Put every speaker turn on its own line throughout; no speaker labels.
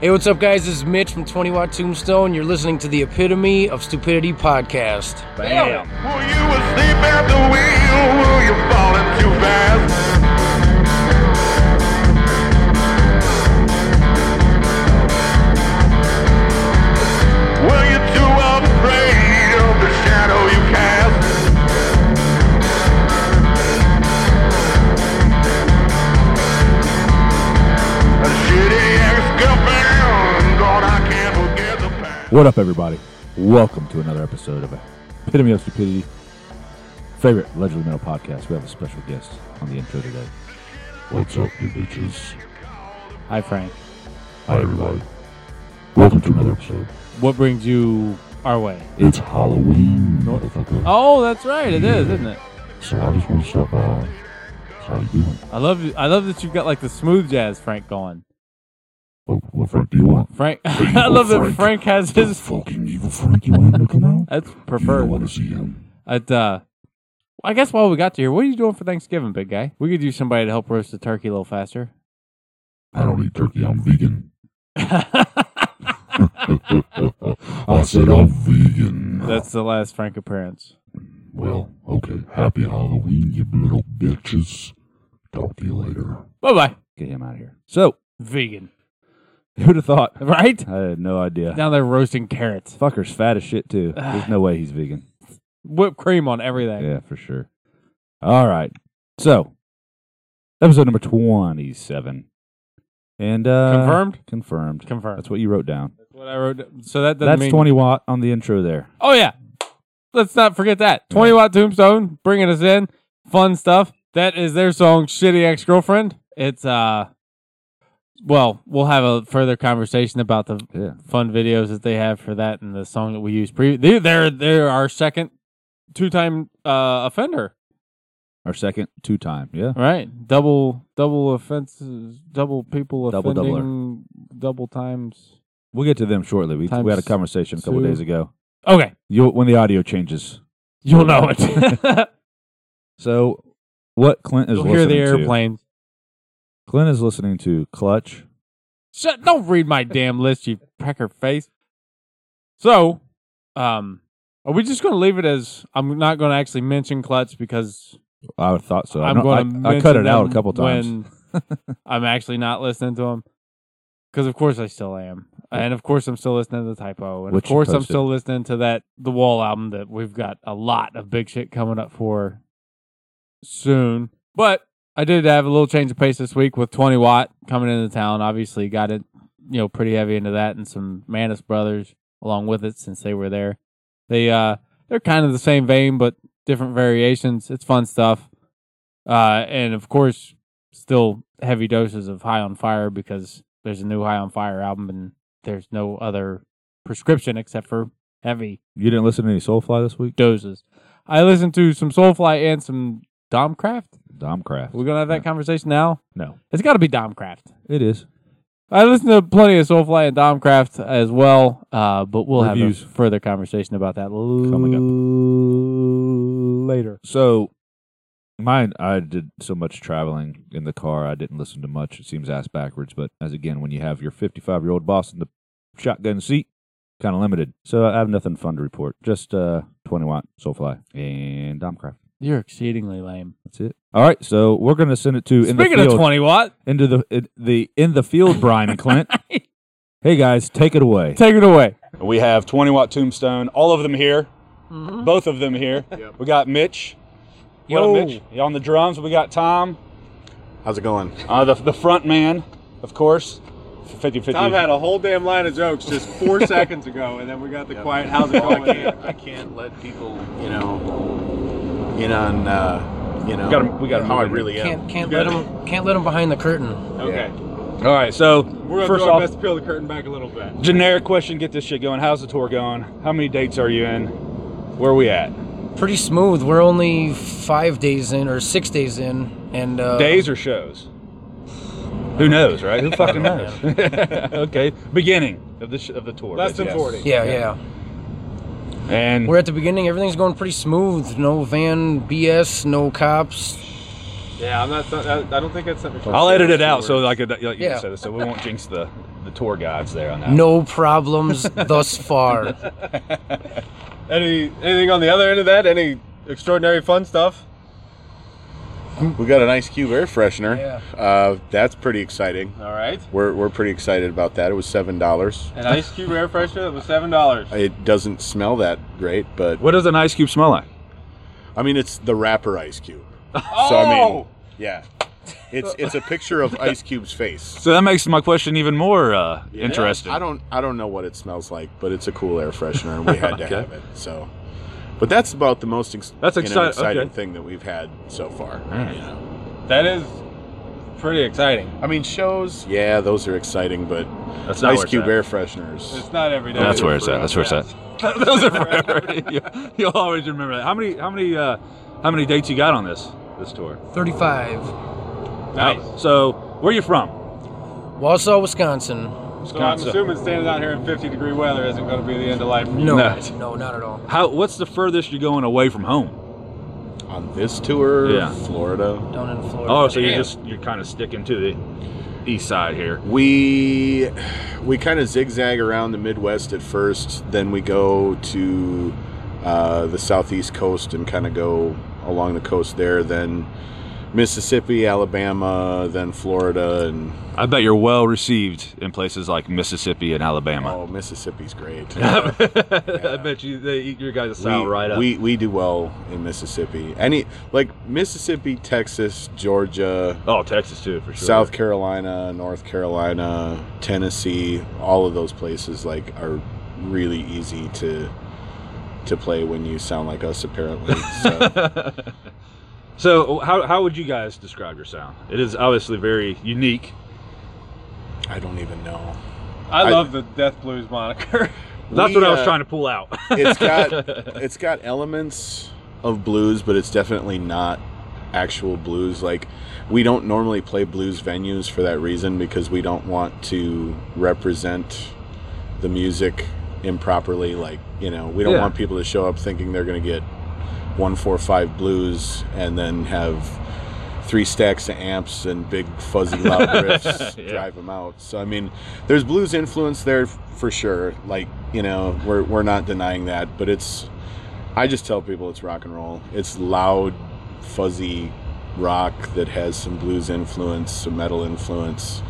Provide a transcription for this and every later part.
Hey, what's up, guys? This is Mitch from 20 Watt Tombstone. You're listening to the Epitome of Stupidity podcast.
Bam.
Will you asleep at the wheel? Will you falling too fast? Were you too afraid of the shadow you cast? A shitty ex-girlfriend, God, I can't forget the past.
What up, everybody? Welcome to another episode of Epitome of Stupidity, favorite Allegedly Metal podcast. We have a special guest on the intro today.
What's up, you bitches?
Hi, Frank.
Hi, everybody. Welcome to another episode.
What brings you our way?
It's Halloween, motherfucker.
Oh, that's right. It is, isn't it?
So I just want to stop by. How you doing?
I love. I love that you've got like the smooth jazz Frank going.
What, what Frank do you want?
Frank. I love that Frank
Frank.
has
The
his.
fucking evil Frank you want him to come out?
That's
You
preferred.
want to see him.
At, uh, I guess while we got to here, what are you doing for Thanksgiving, big guy? We could use somebody to help roast the turkey a little faster.
I don't eat turkey. I'm vegan. I said I'm vegan.
That's the last Frank appearance.
well, okay. Happy Halloween, you little bitches. Talk to you later.
Bye bye.
Get him out of here. So,
Vegan,
who'd have thought?
right?
I had no idea.
Down there roasting carrots,
Fucker's fat as shit, too. There's no way he's vegan.
whipped cream on everything.
Yeah, for sure. All right. So, episode number 27. And, uh,
Confirmed?
Confirmed.
Confirmed.
That's what you wrote down.
What I wrote. So that doesn't
That's
mean
20 watt on the intro there.
Oh yeah, let's not forget that twenty watt tombstone bringing us in fun stuff. That is their song "Shitty Ex Girlfriend." It's uh, well, we'll have a further conversation about the
Yeah.
fun videos that they have for that and the song that we used. Pre- they, they're they're our second two time uh offender,
Our second two time. Yeah.
right? Double double offenses, double people
Double doubler.
offending, double times.
We'll get to them shortly. We, we had a
Times
conversation a couple
two.
days ago.
Okay,
You when the audio changes.
you'll know it.
So what Clint is
you'll
listening
hear the
to?
airplanes.
Clint is listening to Clutch.
Shut, don't read my damn list, you pecker face. So, um, are we just going to leave it as I'm not going to actually mention Klutz because
I would thought so. I
I'm
don't- I-
going to
I, cut it out a couple times.
when I'm actually not listening to him because of course I still am, and of course I'm still listening to the typo, and
Which
of
you
course I'm
posted.
still listening to that the Wall album that we've got a lot of big shit coming up for soon. But I did have a little change of pace this week with 20 Watt coming into town. Obviously, got it you know pretty heavy into that, and some Manus Brothers along with it since they were there. They uh they're kind of the same vein, but different variations. It's fun stuff. Uh, and of course, still heavy doses of High on Fire because there's a new High on Fire album and there's no other prescription except for heavy
You didn't listen to any Soulfly this week?
doses. I listened to some Soulfly and some Domcraft.
Domcraft.
We're going to have that conversation now.
no.
It's got to be Domcraft.
It is.
I listened to plenty of Soulfly and Domcraft as well, uh, but we'll
Reviews.
have a further conversation about that
Coming
l- later.
So, mine, I did so much traveling in the car, I didn't listen to much. It seems ass backwards, but as again, when you have your 55 year old boss in the shotgun seat, kind of limited. So, I have nothing fun to report. Just uh, 20 watt Soulfly and Domcraft.
You're exceedingly lame.
That's it. All right, so we're gonna send it to in the
Speaking
field,
of 20 Watt,
into the in, the in the field, Brian and Clint. hey guys, take it away.
take it away.
We have 20 watt tombstone, all of them here, both of them here. We got Mitch. What up, Mitch? Yeah, On the drums, we got Tom,
How's it going?
uh, the, the front man, of course. 50 50.
Tom had a whole damn line of jokes just four seconds ago, and then we got the quiet. How's it
I
going?
can't, I can't let people, you know, in on, uh, you know,
gotta- we gotta
how I
move it.
really am.
Can't can't let him can't let him behind the curtain.
Okay,
All right, so
we're gonna
First
do our
off-
best to peel the curtain back a little bit.
Generic question get this shit going. How's the tour going? How many dates are you in? Where are we at?
Uh,
Pretty smooth. We're only five days in or six days in, and uh,
Days or shows? Who knows, right? Who fucking knows? okay, beginning of the, sh- of the tour.
Less than
Yes.
forty.
Yeah, yeah.
And
We're at the beginning. Everything's going pretty smooth. No van BS. No cops.
Yeah, I'm not. I I don't think that's something.
I'll edit it out so like, a, like you
Yeah.
said, so we won't jinx the
the tour guides there on that.
No problems thus far.
Any anything on the other end of that? Any extraordinary fun stuff?
We got an Ice Cube air freshener.
Yeah.
Uh, that's pretty exciting.
All right.
We're, we're pretty excited about that. It was seven dollars.
An ice cube air freshener that was seven dollars.
It doesn't smell that great, but
What does an ice cube smell like?
I mean it's the wrapper Ice Cube. So I
Oh!
mean, yeah, it's it's a picture of Ice Cube's face.
So that makes my question even more uh, interesting.
I don't I don't know what it smells like, but it's a cool air freshener, and we had to
Okay.
have it. So, but that's about the most ex-
That's
you know,
excite-
exciting
okay.
thing that we've had so far.
right.
You know?
That is pretty exciting.
I mean, shows, yeah, those are exciting, but
That's not
Ice
where it's
Cube
at.
air fresheners.
It's not every day.
That's where it's at. That's where it's at. Those are rare. You- You'll always remember that. How many? How many? Uh, how many dates you got on this this tour?
35.
Nice.
So where you from?
Wausau, Wisconsin.
So I'm assuming standing out here in 50 degree weather isn't going to be the end of life. for you.
No,
No.
no, not at all.
How? What's the furthest you're going away from home?
On this tour,
Yeah.
Florida,
Down in Florida.
Oh, so you're just you're kind of sticking to the east side here.
we we kind of zigzag around the Midwest at first, then we go to uh, the southeast coast and kind of go along the coast there, then Mississippi, Alabama, then Florida, and
I bet you're well received in places like Mississippi and Alabama.
oh, Mississippi's great.
I bet you they eat your guys'
we, we we do well in Mississippi. Any like Mississippi, Texas, Georgia,
oh, Texas too for sure.
South Carolina, North Carolina, Tennessee, all of those places like are really easy to to play when you sound like us apparently. So
So how, how would you guys describe your sound? It is obviously very unique.
I don't even know.
I love the Death Blues moniker.
That's
We,
what I was
uh,
trying to pull out.
It's got it's got elements of blues, but it's definitely not actual blues. Like we don't normally play blues venues for that reason because we don't want to represent the music improperly. Like you know, we don't
Yeah.
want people to show up thinking they're going to get one four five blues and then have three stacks of amps and big fuzzy loud riffs
Yeah.
drive them out. So I mean, there's blues influence there f- for sure. Like you know, we're we're not denying that, but it's I just tell people it's rock and roll. It's loud, fuzzy rock that has some blues influence, some metal influence,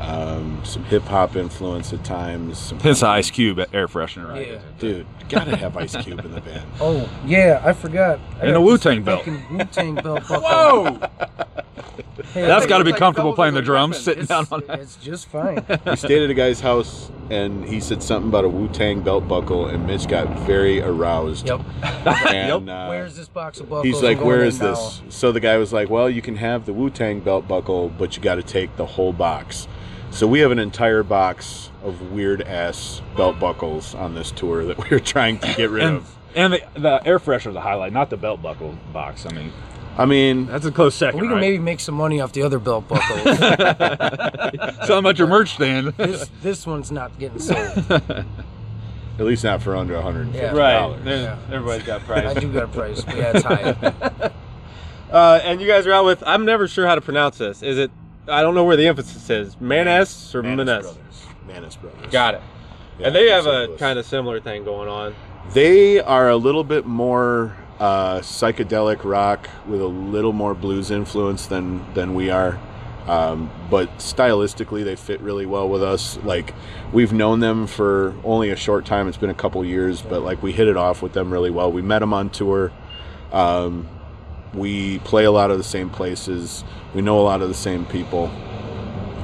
um, some hip hop influence at times. Some
Hence the Ice Cube air freshener, right?
Yeah.
dude, gotta have Ice Cube in the band.
Oh, yeah, I forgot. I
And
got
a Wu-Tang
this
belt.
fucking Wu-Tang belt. buckle.
Whoa!
Oh!
Hey,
That's
I-
got to be
like
comfortable
double
playing the
the
drums,
weapon.
sitting
it's,
down on that.
it's just fine.
We stayed at a guy's house. And he said something about a Wu Tang belt buckle, and Mitch got very aroused.
Yep.
And, uh,
Where's this box of buckles?
He's
I'm
like,
going
"Where
in
is this?" So the guy was like, "Well, you can have the Wu Tang belt buckle, but you got to take the whole box." So we have an entire box of weird ass belt buckles on this tour that we are trying to get rid
And,
of.
and the, the air freshener, the highlight, not the belt buckle box. I mean,
I mean,
that's a close
now."
second,
We can
right?
maybe make some money off the other belt buckles.
Something about your merch stand.
this this one's not getting sold.
at least not for under 150.
Yeah.
Right. There's, everybody's got
I
price.
do got a price, but yeah, it's high.
Uh, and you guys are out with. I'm never sure how to pronounce this. Is it? I don't know where the emphasis is. Manes or
Manus
Manes?
Brothers. Manus Brothers.
Got it.
Yeah,
and they
I
have
think so,
a
Louis.
kind of similar thing going on.
They are a little bit more uh, psychedelic rock with a little more blues influence than than we are. Um, but stylistically, they fit really well with us. Like we've known them for only a short time; it's been a couple years, but like we hit it off with them really well. We met them on tour. Um, we play a lot of the same places. We know a lot of the same people,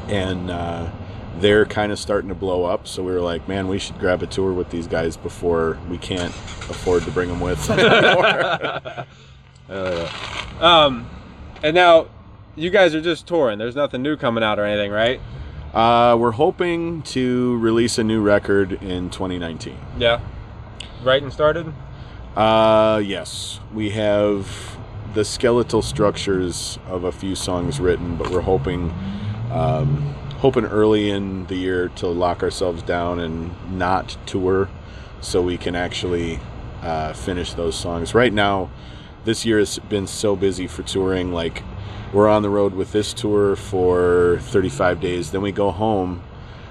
and uh, they're kind of starting to blow up. So we were like, man, we should grab a tour with these guys before we can't afford to bring them with.
Um, and now you guys are just touring. There's nothing new coming out or anything, right?
uh, we're hoping to release a new record in 2019.
Yeah. Writing started.
Uh, yes, we have the skeletal structures of a few songs written, but we're hoping, um, hoping early in the year to lock ourselves down and not tour, so we can actually uh, finish those songs. Right now, this year has been so busy for touring. Like, we're on the road with this tour for 35 days, then we go home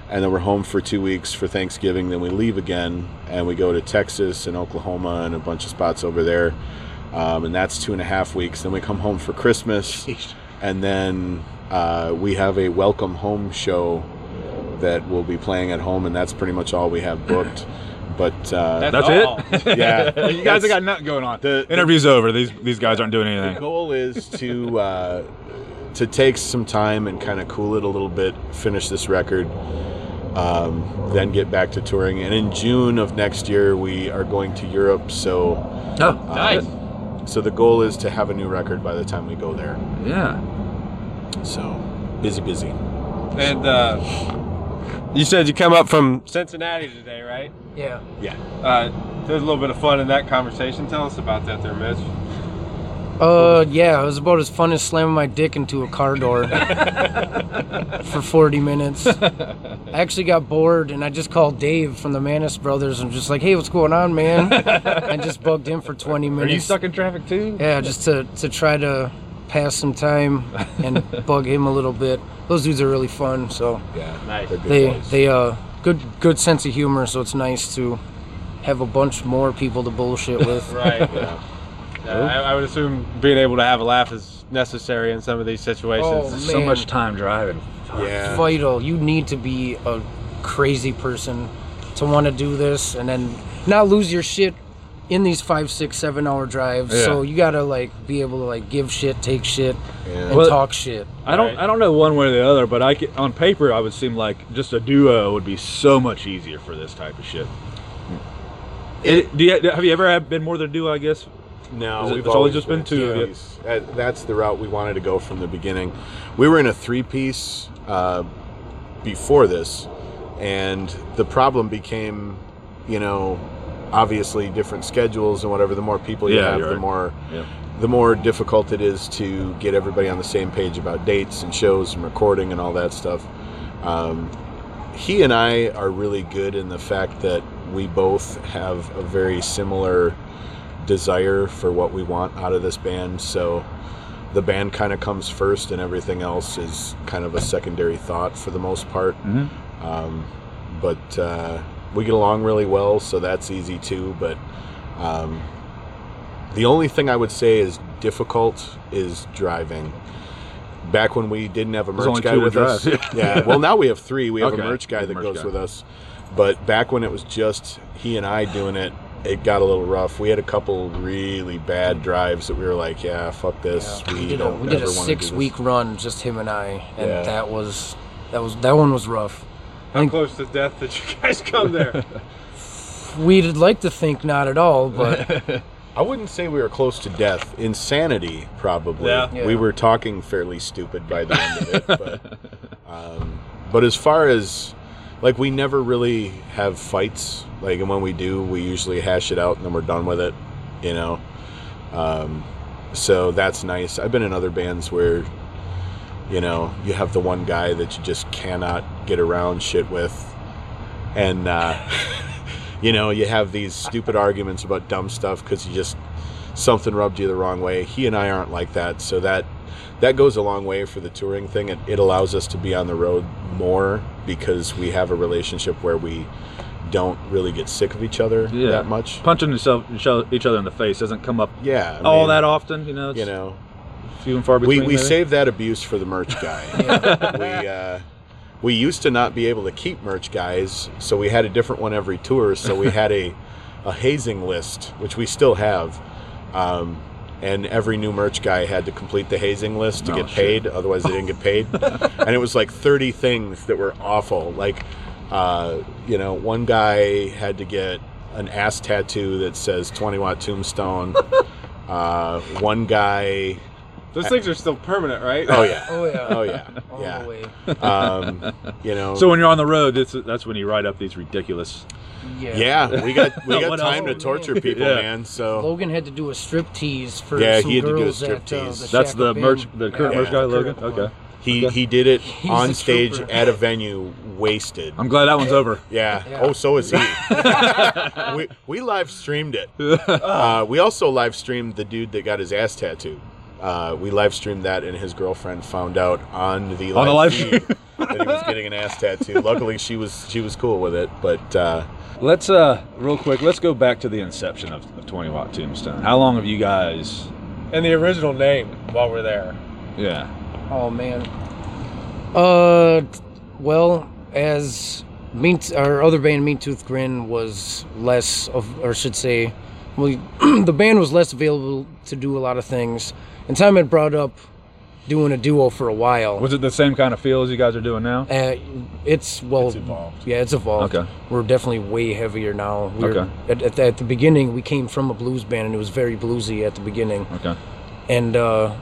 and then we're home for two weeks for Thanksgiving. Then we leave again, and we go to Texas and Oklahoma and a bunch of spots over there, um, and that's two and a half weeks. Then we come home for Christmas, and then uh, we have a welcome home show that we'll be playing at home, and that's pretty much all we have booked. But uh,
That's
it. Yeah,
You guys
That's-
have got nothing going on.
the-
Interview's over. These these guys aren't doing
the
anything.
goal is to uh, to take some time and kind of cool it a little bit, finish this record, um, then get back to touring. And in June of next year, we are going to Europe. So uh,
nice.
So the goal is to have a new record by the time we go there.
Yeah.
So busy, busy.
And uh, you said you come up from Cincinnati today, right?
Yeah.
Uh, there's a little bit of fun in that conversation. Tell us about that, there, Mitch.
Uh, yeah, it was about as fun as slamming my dick into a car door for 40 minutes. I actually got bored and I just called Dave from the Manis Brothers and just like, hey, what's going on, man? and just bugged in for 20
Are
minutes.
you stuck in traffic too?
Yeah, just to, to try to pass some time and bug him a little bit. Those dudes are really fun, so
Yeah,
Nice.
they're good
they
boys.
they uh good good sense of humor, so it's nice to have a bunch more people to bullshit with.
Right. Uh, I, I would assume being able to have a laugh is necessary in some of these situations.
Oh,
It's
So man. much
time driving.
yeah.
vital. You need to be a crazy person to want to do this and then not lose your shit in these five, six, seven hour drives. So you gotta like be able to like give shit, take shit, and
Well-
talk shit.
I don't. I don't know one way or the other, but I could, on paper I would seem like just a duo would be so much easier for this type of shit. It, do you, have you ever had- been more than a duo? I guess.
No,
Is it-
we've
it's always just been two of you.
series. That- that's the route we wanted to go from the beginning. We were in a three-piece uh, before this, and the problem became, you know, obviously different schedules and whatever. The more people you
Yeah,
have,
you're
the
right.
more
Yeah.
the more difficult it is to get everybody on the same page about dates and shows and recording and all that stuff. Um, he and I are really good in the fact that we both have a very similar desire for what we want out of this band. So the band kind of comes first, and everything else is kind of a secondary thought for the most part.
Mhm.
Um, but uh, we get along really well, so that's easy too. But um, the only thing I would say is difficult is driving. Back when we didn't have a
There's
merch
only
guy
two to
with us,
drive.
yeah. Well, now we have three. We have
Okay.
a merch guy that
Merch
goes
guy.
with us, but back when it was just he and I doing it, it got a little rough. We had a couple really bad drives that we were like, yeah, fuck this. We,
We did a,
don't
we did
ever
a
wanna do
six
this.
week run, just him and I, and
Yeah.
that was that was that one was rough.
How close to death did you guys come there?
We'd like to think not at all, but
I wouldn't say we were close to death. Insanity, probably.
Yeah.
Yeah.
We were talking fairly stupid by the end of it. But, um, but as far as, like, we never really have fights. Like, and when we do, we usually hash it out and then we're done with it, you know? Um, so that's nice. I've been in other bands where, you know, you have the one guy that you just cannot get around shit with. And, uh, you know, you have these stupid arguments about dumb stuff because you just something rubbed you the wrong way. He and I aren't like that, so that that goes a long way for the touring thing. It, it allows us to be on the road more because we have a relationship where we don't really get sick of each other
Yeah.
that much.
Punching yourself, each other each other in the face doesn't come up
Yeah, I
all
mean,
that often. You know, it's
You know,
few and far
we
between.
we
maybe.
save that abuse for the merch guy. we uh, we used to not be able to keep merch guys, so we had a different one every tour. So we had a a hazing list, which we still have. Um, and every new merch guy had to complete the hazing list to
Oh,
get
shit.
paid, otherwise they didn't get paid. and it was like 30 things that were awful. Like, uh, you know, one guy had to get an ass tattoo that says 20 watt tombstone. uh, one guy,
Those things are still permanent, right?
oh yeah,
oh yeah,
oh yeah,
all the
yeah.
way.
Um, you know,
So when you're on the road, that's that's when you write up these ridiculous.
Yeah.
Yeah, we got we got
What
time
else?
to torture people,
Yeah.
man. So
Logan had to do a strip tease for
Yeah,
some
he had to do a
girls at uh,
striptease.
the
That's
Shack
the
Up Inn.
merch, the current
Yeah.
merch guy Logan.
Current one.
Okay,
he he did it
a
on stage
trooper.
at a venue, wasted.
I'm glad that one's over.
yeah.
Yeah.
Oh, so is he. we we live streamed it. Uh, we also live streamed the dude that got his ass tattooed. Uh, we live streamed that, and his girlfriend found out on the
On the live
feed that he was getting an ass tattoo. Luckily, she was she was cool with it, but uh,
Let's uh real quick. Let's go back to the inception of, of Twenty Watt Tombstone. How long have you guys?
And the original name while we're there.
Yeah.
Oh man. Uh, t- well, as Mean T- our other band, Mean Tooth Grin, was less of, or I should say, we the band was less available to do a lot of things, and Time had brought up doing a duo for a while.
Was it the same kind of feel as you guys are doing now?
Uh, it's well,
It's evolved.
yeah, it's evolved.
Okay.
We're definitely way heavier now. We were-
Okay.
At, at, the, at the beginning, we came from a blues band, and it was very bluesy at the beginning.
Okay.
And uh,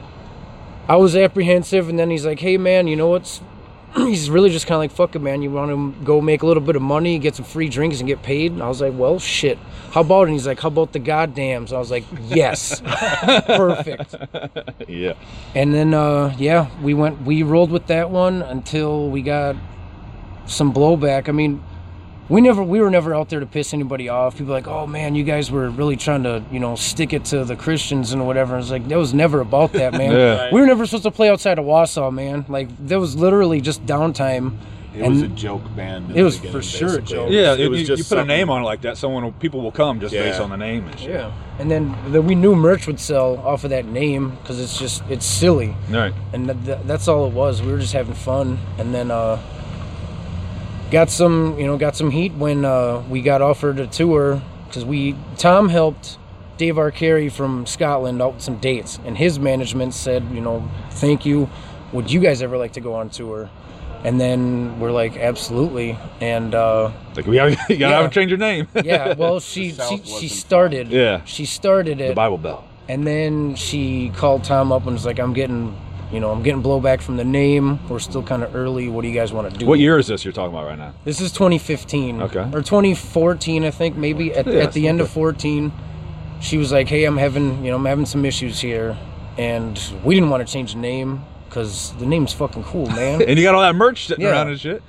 I was apprehensive, and then he's like, "Hey, man, you know what's?" he's really just kind of like, "Fuck it, man. You want to go make a little bit of money, get some free drinks, and get paid?" And I was like, "Well, shit. How about?" it? And he's like, "How about the goddamns?" I was like, "Yes, perfect."
Yeah.
And then uh, yeah, we went we rolled with that one until we got some blowback. I mean, we never we were never out there to piss anybody off. People were like, oh man, you guys were really trying to you know stick it to the Christians and whatever. It's like that was never about that, man.
Yeah.
We were never supposed to play outside of Wausau, man. Like that was literally just downtime.
it
And-
was a joke band. in
It
the
was
beginning,
for sure a
basically.
joke.
Yeah.
it was
you,
just
you put a
something-
name on it like that, someone will, people will come just
Yeah.
based on the name and shit.
Yeah. And then the, we knew merch would sell off of that name because it's just it's silly.
Right.
and th- th- that's all it was. We were just having fun, and then uh, got some, you know, got some heat when uh, we got offered a tour because we Tom helped Dave Arcari from Scotland out with some dates, and his management said, you know, thank you. Would you guys ever like to go on tour? And then we're like, absolutely. And uh,
Like we gotta, you gotta
Yeah.
have to change your name.
yeah, well, she
South
she, she
wasn't
started.
Yeah.
She started
The
it.
Bible Belt.
And then she called Tom up and was like, "I'm getting, you know, I'm getting blowback from the name. We're still kind of early. What do you guys want to do?"
What year is this you're talking about right now?
This is 2015.
Okay.
Or 2014, I think. Maybe at,
Yeah,
at the end of 14, she was like, "Hey, I'm having, you know, I'm having some issues here," and we didn't want to change the name because the name's fucking cool, man.
And you got all that merch sitting
Yeah.
around and shit.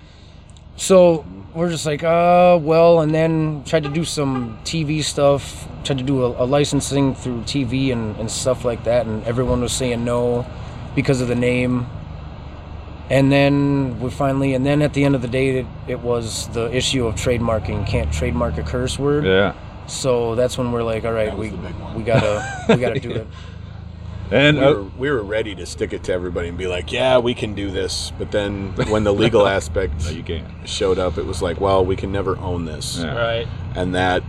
So we're just like, uh, well, and then tried to do some TV stuff, tried to do a, a licensing through TV and, and stuff like that, and everyone was saying no because of the name. And then we finally, and then at the end of the day, it, it was the issue of trademarking. Can't trademark a curse word.
Yeah.
So that's when we're like, all right, we, we gotta, we gotta do it.
And uh,
we were, we were ready to stick it to everybody and be like, yeah, we can do this. But then when the legal aspect
you can't.
showed up, it was like, well, we can never own this.
Yeah.
Right.
And that,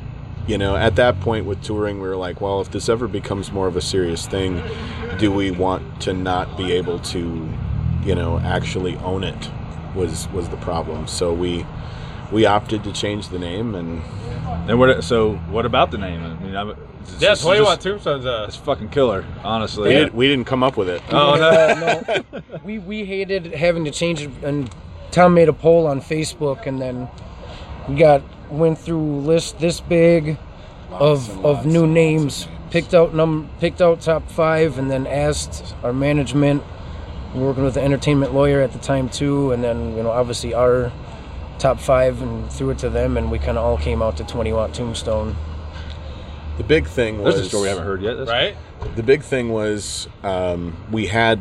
you know, at that point with touring, we were like, well, if this ever becomes more of a serious thing, do we want to not be able to, you know, actually own it? Was was the problem? So we we opted to change the name and
And what? So what about the name? I mean, I'm, it's,
Yeah,
it's
Twenty
just-
Watt Tombstone's uh, a
It's fucking killer,
we,
honestly.
did, we didn't come up with it.
Oh no.
Uh, no, we we hated having to change it, and Tom made a poll on Facebook, and then we got went through list this big of of new names, picked out num picked out top five, and then asked our management. we were working with an entertainment lawyer at the time too, and then you know obviously our top five and threw it to them, and we kind of all came out to Twenty Watt Tombstone.
The big thing was
There's a story I haven't heard yet. That's-
right.
the big thing was um, we had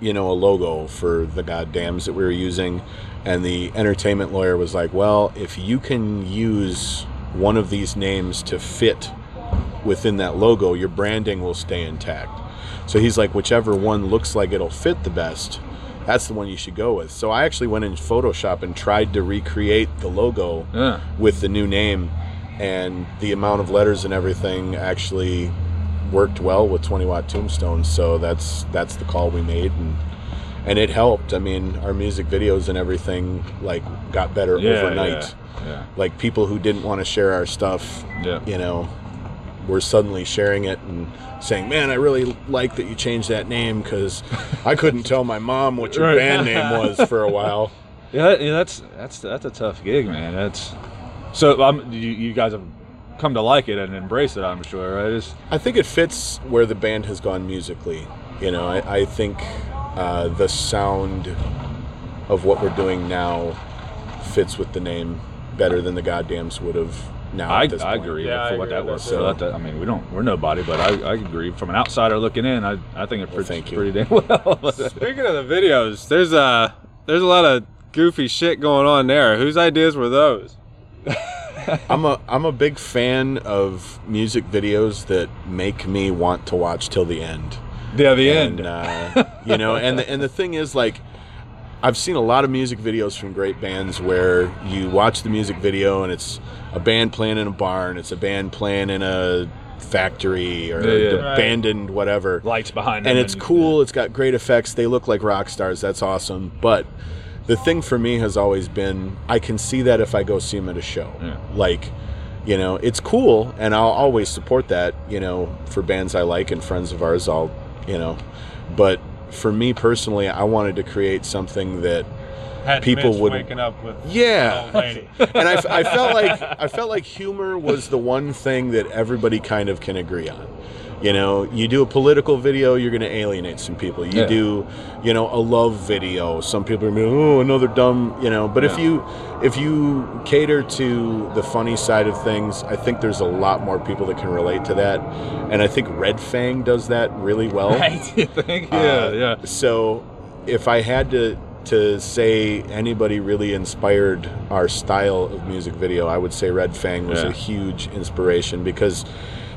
you know a logo for the goddams that we were using and the entertainment lawyer was like well if you can use one of these names to fit within that logo your branding will stay intact so he's like whichever one looks like it'll fit the best that's the one you should go with so i actually went in photoshop and tried to recreate the logo
Yeah.
with the new name and the amount of letters and everything actually worked well with 20 watt tombstones so that's that's the call we made and and it helped i mean our music videos and everything like got better
Yeah,
overnight
Yeah.
like people who didn't want to share our stuff
Yeah.
you know were suddenly sharing it and saying man i really like that you changed that name because i couldn't tell my mom what your
Right.
band name was for a while
Yeah, that- yeah, that's that's that's a tough gig, man. That's so um, you, you guys have come to like it and embrace it. I'm sure, right? It's,
I think it fits where the band has gone musically. You know, I, I think uh, the sound of what we're doing now fits with the name better than the Goddams would have now.
I,
at this
I
point.
agree
Yeah,
with
I
what
agree
that
with
was.
that,
So that, I mean, we don't, we're nobody, but I, I agree. From an outsider looking in, I, I think it fits
thank you.
pretty damn well.
Speaking of the videos, there's
uh,
a there's a lot of goofy shit going on there. Whose ideas were those?
I'm a I'm a big fan of music videos that make me want to watch till the end.
Yeah, the
and, uh, you know, and the, and the thing is, like, I've seen a lot of music videos from great bands where you watch the music video and it's a band playing in a barn, it's a band playing in a factory or
Yeah, yeah.
Right.
abandoned whatever,
Lights behind
and it's cool. It's got great effects. They look like rock stars. That's awesome. But the thing for me has always been I can see that if I go see them at a show.
Yeah.
Like, you know, it's cool, and I'll always support that. You know, for bands I like and friends of ours, I'll, you know, but for me personally, I wanted to create something that
Had
people Mitch would- waking
waking up with
yeah, and I, I felt like I felt like humor was the one thing that everybody kind of can agree on. You know, you do a political video, you're going to alienate some people. You
Yeah.
do, you know, a love video, some people are going to oh another dumb, you know. But if you if you cater to the funny side of things, I think there's a lot more people that can relate to that, and I think Red Fang does that really well.
uh, you think? Yeah,
Uh,
yeah.
So, if I had to to say anybody really inspired our style of music video, I would say Red Fang was
Yeah.
a huge inspiration because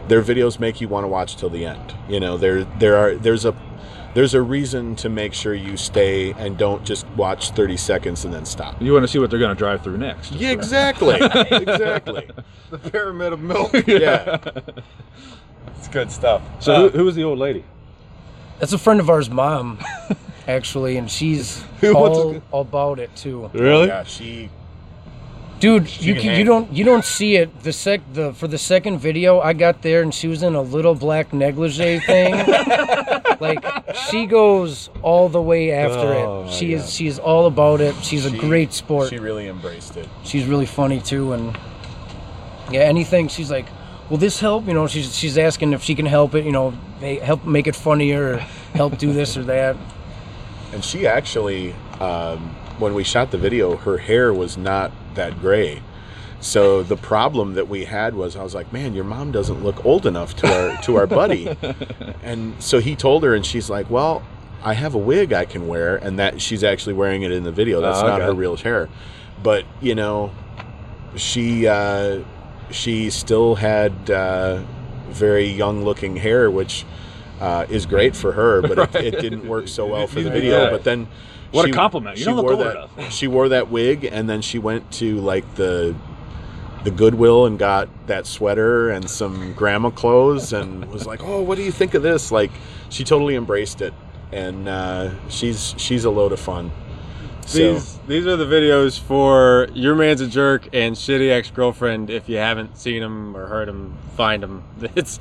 their videos make you want to watch till the end. You know, there there are there's a there's a reason to make sure you stay and don't just watch 30 seconds and then stop.
You want to see what they're going to drive through next?
Yeah, exactly. exactly.
the pyramid of milk.
Yeah.
it's good stuff.
So
Uh,
who, who was the old lady?
That's a friend of ours, mom, actually, and she's all about it too.
Really?
Yeah, she
Dude, you can, you don't you don't see it. The sec the for the second video, I got there and she was in a little black negligee thing. like she goes all the way after it. She is she is all about it. She's a
Oh, She-
great sport.
she really embraced it.
she's really funny too and yeah anything she's like will this help you know she's she's asking if she can help it you know ma- help make it funnier or help do this or that
And she actually, um, when we shot the video, her hair was not that gray. So the problem that we had was I was like, "Man, your mom doesn't look old enough to our to our buddy." and so he told her, and she's like, "Well, I have a wig I can wear, and that she's actually wearing it in the video. That's
Oh,
not
okay.
her real hair, but you know, she uh, she still had uh, very young looking hair, which uh, is great for her, but it, it didn't work so well for the video.
Yeah.
But then,
What a compliment. You don't look
wore
old
that.
enough.
She wore that wig, and then she went to like the the Goodwill and got that sweater and some grandma clothes, and was like, "Oh, what do you think of this?" Like, she totally embraced it, and uh, she's she's a load of fun. So,
These these are the videos for Your Man's a Jerk and Shitty Ex Girlfriend. If you haven't seen them or heard them, find them. It's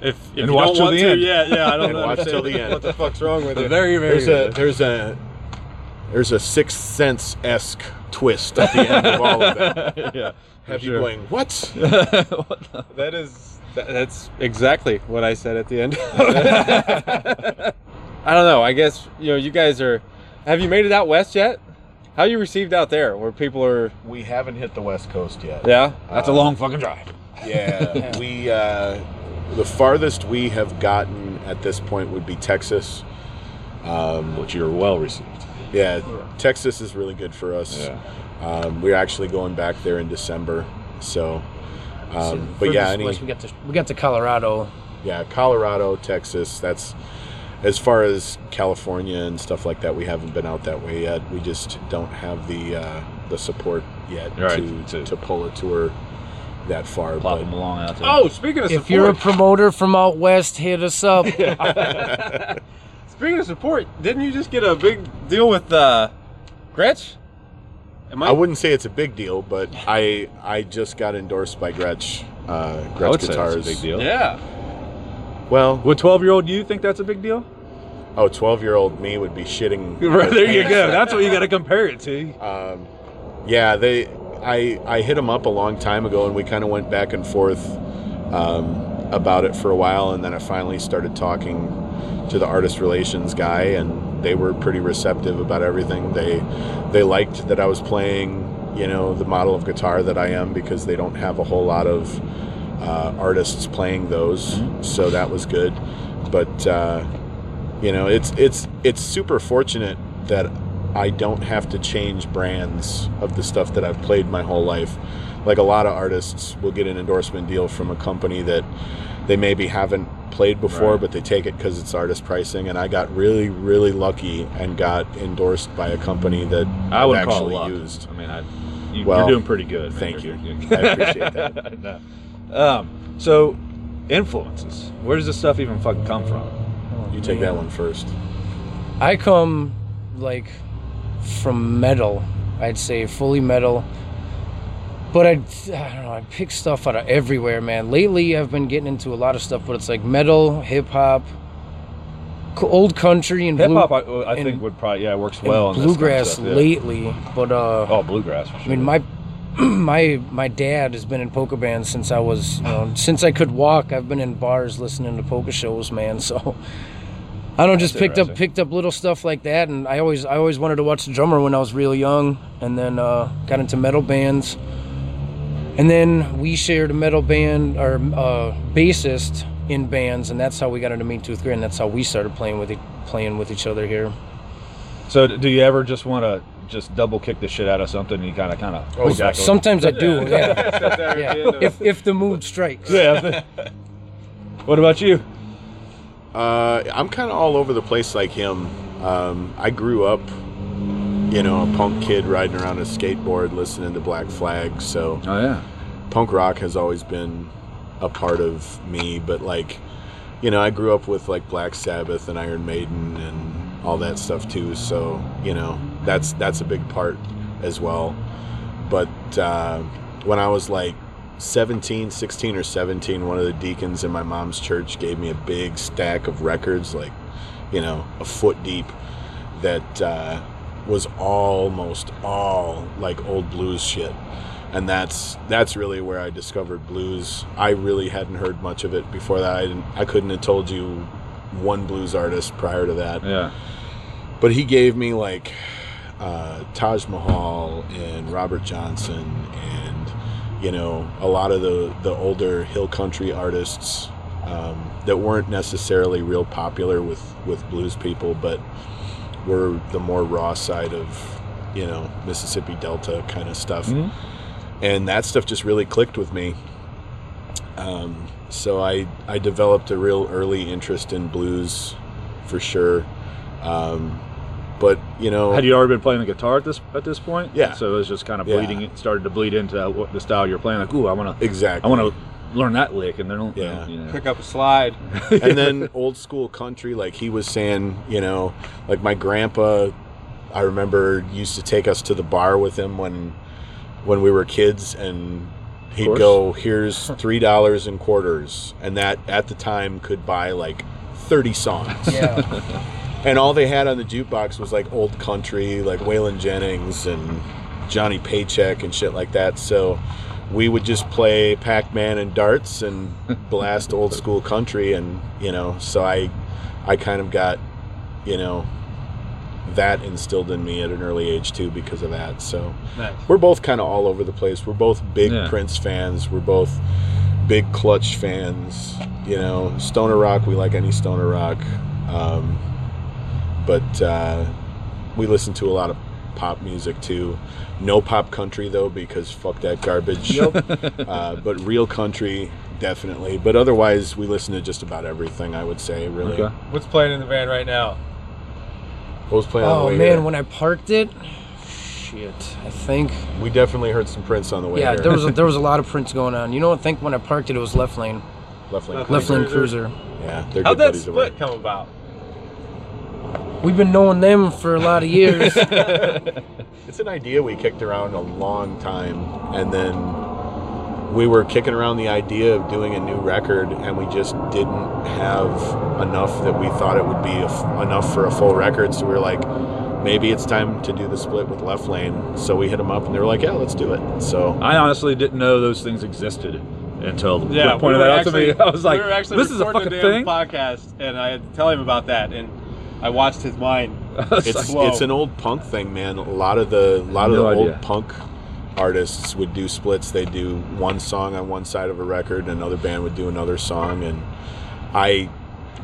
if, if
And
you
watch
don't
till
want
the
to,
end.
yeah, yeah. I don't
And
know.
watch till the end.
What the fuck's wrong with you?
Very, very
there's a there's a there's a sixth sense esque twist at the end of all of that.
yeah.
Have you going what?
That is that, that's exactly what I said at the end. I don't know. I guess you know you guys are. Have you made it out west yet? How you received out there, where people are?
We haven't hit the West Coast yet.
Yeah,
That's a long fucking drive.
Yeah, we uh, the farthest we have gotten at this point would be Texas. Um,
But you're well received.
yeah, Texas is really good for us. Um, we're actually going back there in December, so. Um, but yeah,
Furthest west,
any,
we got to we got to colorado
yeah, Colorado, Texas. That's as far as California and stuff like that. We haven't been out that way yet. We just don't have the uh, the support yet
Right,
to,
to-
to pull a tour that far.
Plop
but-
them along out there.
Oh, speaking of
if
support,
you're a promoter from out west hit us up
speaking of support, didn't you just get a big deal with uh, Gretsch? Am
I wouldn't say it's a big deal, but I I just got endorsed by Gretsch. Uh,
I would
Gretsch
say that's
guitars.
a big deal.
Yeah.
Well,
Would 12 year old you think that's a big deal?
oh, 12 year old me would be shitting.
there you go. That's what you got to compare it to.
Um, yeah, they. I I hit him up a long time ago, and we kind of went back and forth um, about it for a while, and then I finally started talking to the artist relations guy, and they were pretty receptive about everything. They they liked that I was playing. you know, the model of guitar that I am because they don't have a whole lot of uh, artists playing those. So that was good. But uh, you know, it's it's it's super fortunate that I don't have to change brands of the stuff that I've played my whole life. Like a lot of artists will get an endorsement deal from a company that they maybe haven't played before,
Right.
but they take it because it's artist pricing. And I got really, really lucky and got endorsed by a company that
I would
I've
call
actually
it luck.
used.
I mean, I, you,
Well,
you're doing pretty good. man.
thank
You're-
you.
you're-
I appreciate that.
No. Um, so, influences. Where does this stuff even fucking come from?
You take that one first.
I come like from metal, I'd say fully metal. But I, I don't know, I pick stuff out of everywhere, man. Lately, I've been getting into a lot of stuff, but it's like metal, hip hop, co- old country, and
Hip
blue-
hop, I, uh, I think
and-
would probably yeah it works
and
well. in this kind of
bluegrass
stuff, yeah.
lately. But uh,
Oh, bluegrass. For sure.
I mean, my my my dad has been in polka bands since I was you know, since I could walk. I've been in bars listening to polka shows, man. So I don't know, just
That's
picked up
interesting.
picked up little stuff like that, and I always I always wanted to watch the drummer when I was real young, and then uh, got into metal bands, and then we shared a metal band or uh, bassist in bands, and that's how we got into Mean Tooth Grit, and that's how we started playing with e- playing with each other here.
So, d- do you ever just want to just double kick the shit out of something? and You kind of, kind of. Oh,
Sometimes I do, yeah. yeah. If if the mood strikes.
Yeah. what about you?
Uh, I'm kind of all over the place like him. Um, I grew up, you know, a punk kid riding around a skateboard, listening to Black Flag. So
Oh yeah.
punk rock has always been a part of me. But like, you know, I grew up with like Black Sabbath and Iron Maiden and all that stuff too. So you know, that's that's a big part as well. But uh, when I was like 17, 16 or 17, one of the deacons in my mom's church gave me a big stack of records, like, you know, a foot deep, that uh, was almost all like old blues shit. And that's that's really where I discovered blues. I really hadn't heard much of it before that. I, didn't, I couldn't have told you one blues artist prior to that
Yeah.
but he gave me like uh, Taj Mahal and Robert Johnson and you know a lot of the the older hill country artists um, that weren't necessarily real popular with with blues people, but were the more raw side of you know Mississippi Delta kind of stuff,
Mhm.
and that stuff just really clicked with me. Um, so I I developed a real early interest in blues, for sure. Um, but you know,
Had you already been playing the guitar at this at this point?
Yeah.
So it was just kind of
Yeah.
bleeding. It started to bleed into what the style you're playing. Like, ooh, I want to, I
exactly.
want to learn that lick, and then
Yeah.
You know.
Pick up a slide.
and then old school country, like he was saying, you know, like my grandpa, I remember used to take us to the bar with him when when we were kids, and he'd
course.
go, "Here's three dollars in quarters," and that at the time could buy like thirty songs.
Yeah,
and all they had on the jukebox was like old country, like Waylon Jennings and Johnny Paycheck and shit like that. So we would just play Pac Man and darts and blast old school country, and you know, so I, I kind of got, you know, that instilled in me at an early age too because of that. So we're both kind of all over the place. We're both big
Yeah.
Prince fans. We're both big Clutch fans. You know, Stoner Rock. We like any Stoner Rock, um, but uh, we listen to a lot of pop music too. No pop country though, because fuck that garbage. uh, but real country, definitely. But otherwise, we listen to just about everything. I would say, really.
Okay.
What's playing in the van right now?
What was playing on the
Oh
way
man,
here?
when I parked it, shit. I think
We definitely heard some Prince on the way
yeah,
here.
there was a, there was a lot of prints going on. You know, I think when I parked it, it was left lane,
left lane.
left lane
Cruiser.
cruiser.
Yeah, they're
How'd
good
that
buddies of mine.
split come about?
We've been knowing them for a lot of years.
It's an idea we kicked around a long time, and then we were kicking around the idea of doing a new record, and we just didn't have enough that we thought it would be a f- enough for a full record. So we were like, maybe it's time to do the split with Left Lane. So we hit them up, and they were like, yeah, let's do it. So
I honestly didn't know those things existed until
Yeah,
Rick pointed
we were
that out
actually,
to me. I was like,
we were actually
"This is a fucking
recording damn
thing."
Podcast, and I had to tell him about that, and I watched his mind.
I was
it's
like,
whoa.
it's an old punk thing, man. A lot of the a lot of
No
the
idea.
old punk artists would do splits. They'd do one song on one side of a record, another band would do another song. And I,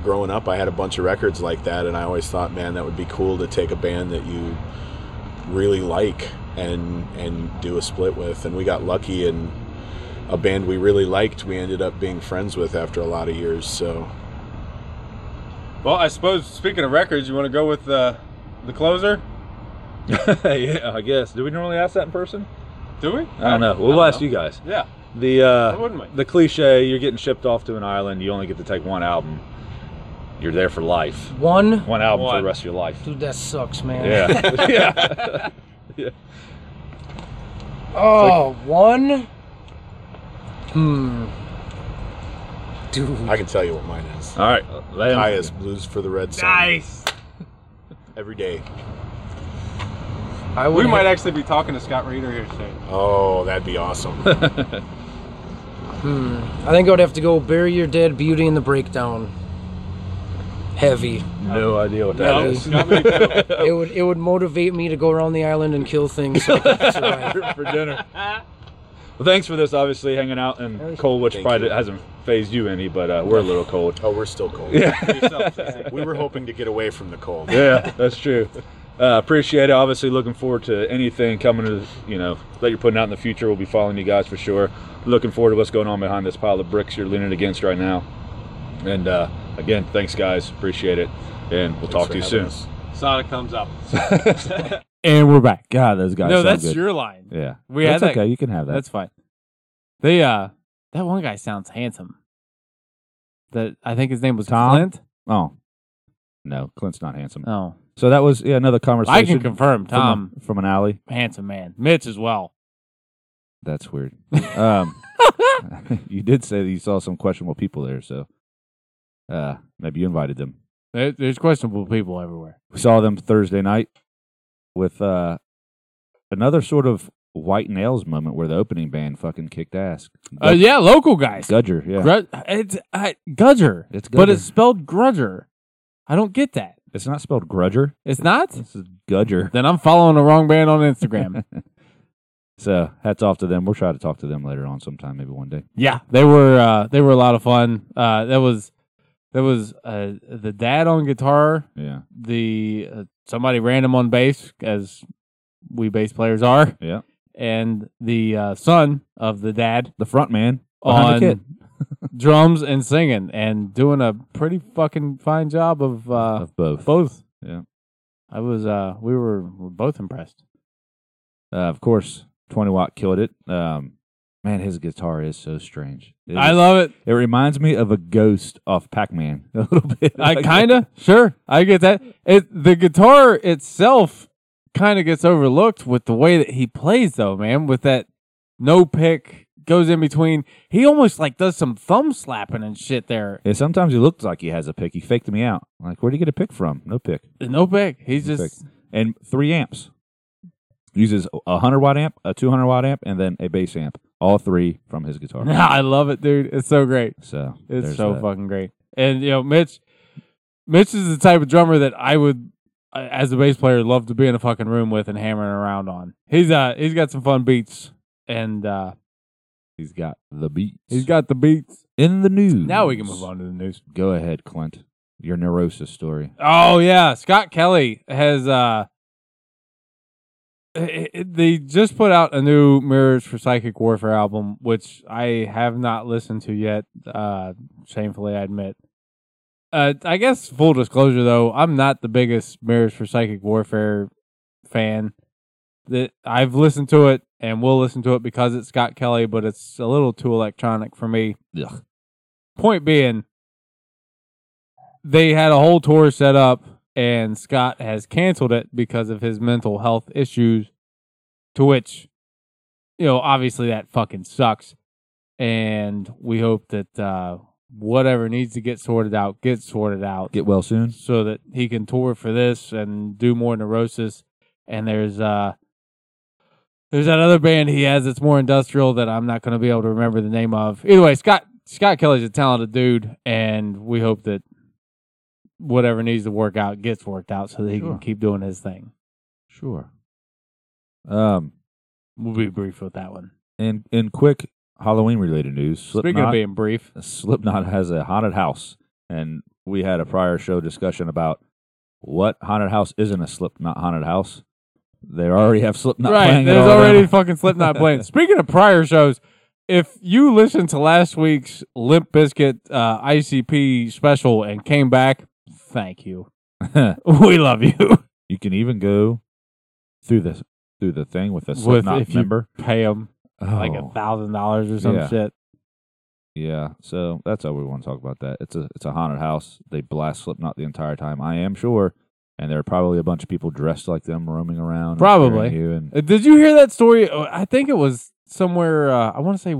growing up, I had a bunch of records like that. And I always thought, man, that would be cool to take a band that you really like and and do a split with. And we got lucky, and a band we really liked, we ended up being friends with after a lot of years. So
Well, I suppose speaking of records, you want to go with uh, the closer?
yeah, I guess. Do we normally ask that in person?
Do we?
I don't know. We'll ask you guys.
Yeah.
The
Why
uh,
wouldn't we?
the cliche: you're getting shipped off to an island. You only get to take one album. You're there for life.
One?
One album for
One.
the rest of your life.
Dude, that sucks, man.
Yeah, yeah.
Oh, one? Hmm. Dude.
I can tell you what mine is.
All right, lay 'em.
Highest blues for the red sun.
Nice.
Every day.
I would
We might
hit-
actually be talking to Scott Reeder here soon.
Oh, that'd be awesome.
hmm. I think I would have to go bury your dead beauty in the breakdown. Heavy.
No idea what that
No.
is.
Scott, me too.
It would it would motivate me to go around the island and kill things. So I could survive.
for dinner. Well, thanks for this. Obviously, hanging out in cold, which
Thank
probably
you.
hasn't phased you any, but uh, we're a little cold.
Oh, we're still cold. we were hoping to get away from the cold.
yeah, that's true. Uh, appreciate it. Obviously, looking forward to anything coming to you know that you're putting out in the future. We'll be following you guys for sure. Looking forward to what's going on behind this pile of bricks you're leaning against right now. And uh, again, thanks guys. Appreciate it. And we'll talk to you
for
soon.
having us.
Sonic thumbs up.
And we're back.
God, those guys.
no, that's your line.
Yeah,
We had that-
You can have
That's fine. They uh that one guy sounds handsome. That I think his name was
Tom?
Clint.
oh, no, Clint's not handsome.
Oh.
so that was yeah, another conversation.
I can confirm Tom
from an alley.
handsome man. Mitch as well.
That's weird. Um, you did say that you saw some questionable people there, so uh, maybe you invited them.
There- There's questionable people everywhere.
We saw them Thursday night with uh, another sort of white nails moment where the opening band fucking kicked ass.
Uh,
Gud-
yeah, local guys.
Gudger, yeah.
Grud- it's uh, Gudger.
It's
But
Gudger.
it's spelled Grudger. I don't get that.
it's not spelled Grudger.
It's not?
This is Gudger.
Then I'm following the wrong band on Instagram.
So hats off to them. We'll try to talk to them later on sometime, maybe one day.
yeah, they were uh, they were a lot of fun. Uh, that was that was uh, the dad on guitar,
Yeah.
the uh, somebody random on bass, as we bass players are,
Yeah.
and the uh, son of the dad
The front man. behind
on
the kid.
drums and singing and doing a pretty fucking fine job of uh,
of both.
both.
Yeah.
I was uh, we were, were both impressed.
Uh, of course, 20 Watt killed it. Um, man, his guitar is so strange. It
I
is-
love it.
It reminds me of a ghost off Pac Man a little bit.
I
Like-
kind of sure I get that. It the guitar itself kind of gets overlooked with the way that he plays though, man. With that no pick goes in between. He almost like does some thumb slapping and shit there.
Yeah, sometimes he looks like he has a pick. He faked me out. Like, where'd he get a pick from? No pick.
No pick. He's
No
just
And three amps. Uses a 100 watt amp, a 200 watt amp, and then a bass amp. All three from his guitar.
I love it, dude. It's so great.
So
It's
there's
so
that.
fucking great. And you know, Mitch, Mitch is the type of drummer that I would, uh, as a bass player, love to be in a fucking room with and hammering around on. He's uh, he's got some fun beats, and uh,
He's got the beats.
he's got the beats.
in the news.
Now we can move on to the news.
Go ahead, Clint. Your neurosis story.
Oh yeah, Scott Kelly has uh, i- i- they just put out a new Mirrors for Psychic Warfare album, which I have not listened to yet. Uh, shamefully, I admit. Uh, I guess full disclosure though, I'm not the biggest Mirrors for Psychic Warfare fan. That I've listened to it and will listen to it because it's Scott Kelly, but it's a little too electronic for me.
Ugh.
Point being, they had a whole tour set up, and Scott has canceled it because of his mental health issues. To which, you know, obviously that fucking sucks. And we hope that uh, whatever needs to get sorted out gets sorted out
Get well soon.
so that he can tour for this and do more neurosis. And there's uh there's that other band he has that's more industrial that I'm not gonna be able to remember the name of. Either way, Scott Scott Kelly's a talented dude and we hope that whatever needs to work out gets worked out so that he
Sure.
can keep doing his thing.
Sure. Um,
We'll be brief with that one.
And in quick Halloween related news,
Speaking of
Slipknot,
being brief,
Slipknot has a haunted house, and we had a prior show discussion about what haunted house isn't a Slipknot haunted house. They already have Slipknot
right?
playing. at
There's
all of
already
them.
fucking Slipknot playing. Speaking of prior shows, if you listened to last week's Limp Biscuit uh, ICP special and came back, thank you. we love you.
You can even go through the through the thing with a
With-
Slipknot
if you-
member.
Pay them like a
Oh,
thousand dollars or some
Yeah.
shit.
yeah. So that's all we want to talk about. That it's a it's a haunted house. They blast Slipknot the entire time. I am sure, and there are probably a bunch of people dressed like them roaming around. and
Probably.
scaring you and
Uh, Did you hear that story? Uh, I think it was somewhere. Uh, I want to say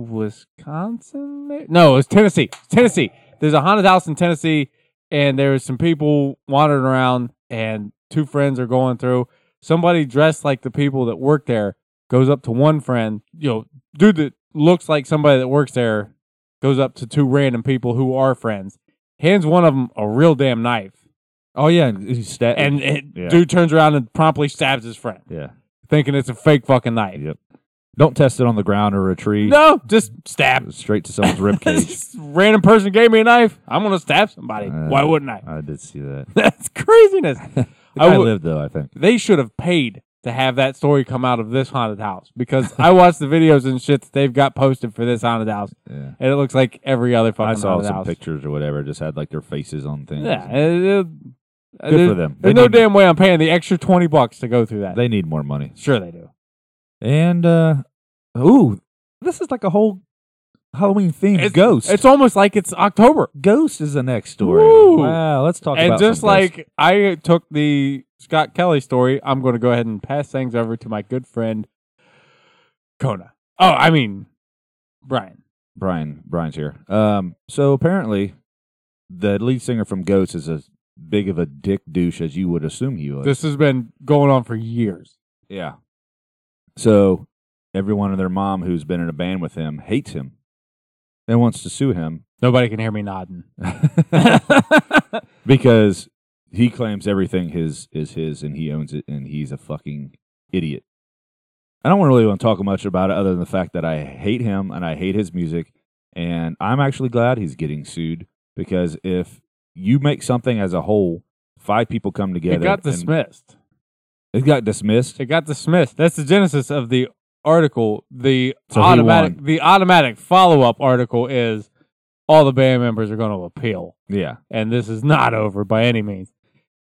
Wisconsin. may- No, it was Tennessee. Tennessee. There's a haunted house in Tennessee, and there was some people wandering around, and two friends are going through. Somebody dressed like the people that work there goes up to one friend. You know, dude that looks like somebody that works there goes up to two random people who are friends, hands one of them a real damn knife,
oh yeah, and he's stat-
and it,
Yeah.
dude turns around and promptly stabs his friend
yeah.
thinking it's a fake fucking knife.
Yep. Don't test it on the ground or a tree.
No, just stab.
Straight to someone's rib cage.
This Random person gave me a knife. I'm gonna stab somebody.
Uh,
Why wouldn't I?
I did see that.
That's craziness.
The
I
guy
would-
lived though, I think.
They should have paid to have that story come out of this haunted house because I watched the videos and shit that they've got posted for this haunted house,
Yeah.
and it looks like every other fucking
I saw
haunted
some
house.
pictures or whatever. Just had like their faces on things.
Yeah, it- it-
for
there's-
them. They
There's no
need-
damn way I'm paying the extra twenty bucks to go through that.
They need more money.
sure they do.
And uh ooh, this is like a whole Halloween themed
It's-
ghost.
It's almost like it's October.
ghost is the next story.
Ooh.
Wow, let's talk
and
about
just
some ghosts.
like I took the Scott Kelly story, I'm going to go ahead and pass things over to my good friend Kona. Oh, I mean Brian.
Brian Brian's here. Um so apparently the lead singer from Ghost is as big of a dick douche as you would assume he was.
This has been going on for years.
Yeah. So everyone and their mom who's been in a band with him hates him and wants to sue him
Nobody can hear me nodding.
because he claims everything his is his and he owns it and he's a fucking idiot. I don't really want to talk much about it other than the fact that I hate him and I hate his music and I'm actually glad he's getting sued because if you make something as a whole, five people come together.
it got
and-
dismissed.
It got dismissed.
It got dismissed. That's the genesis of the article. The
So he
automatic
won.
the automatic follow up article is all the band members are going to appeal,
Yeah.
and this is not over by any means.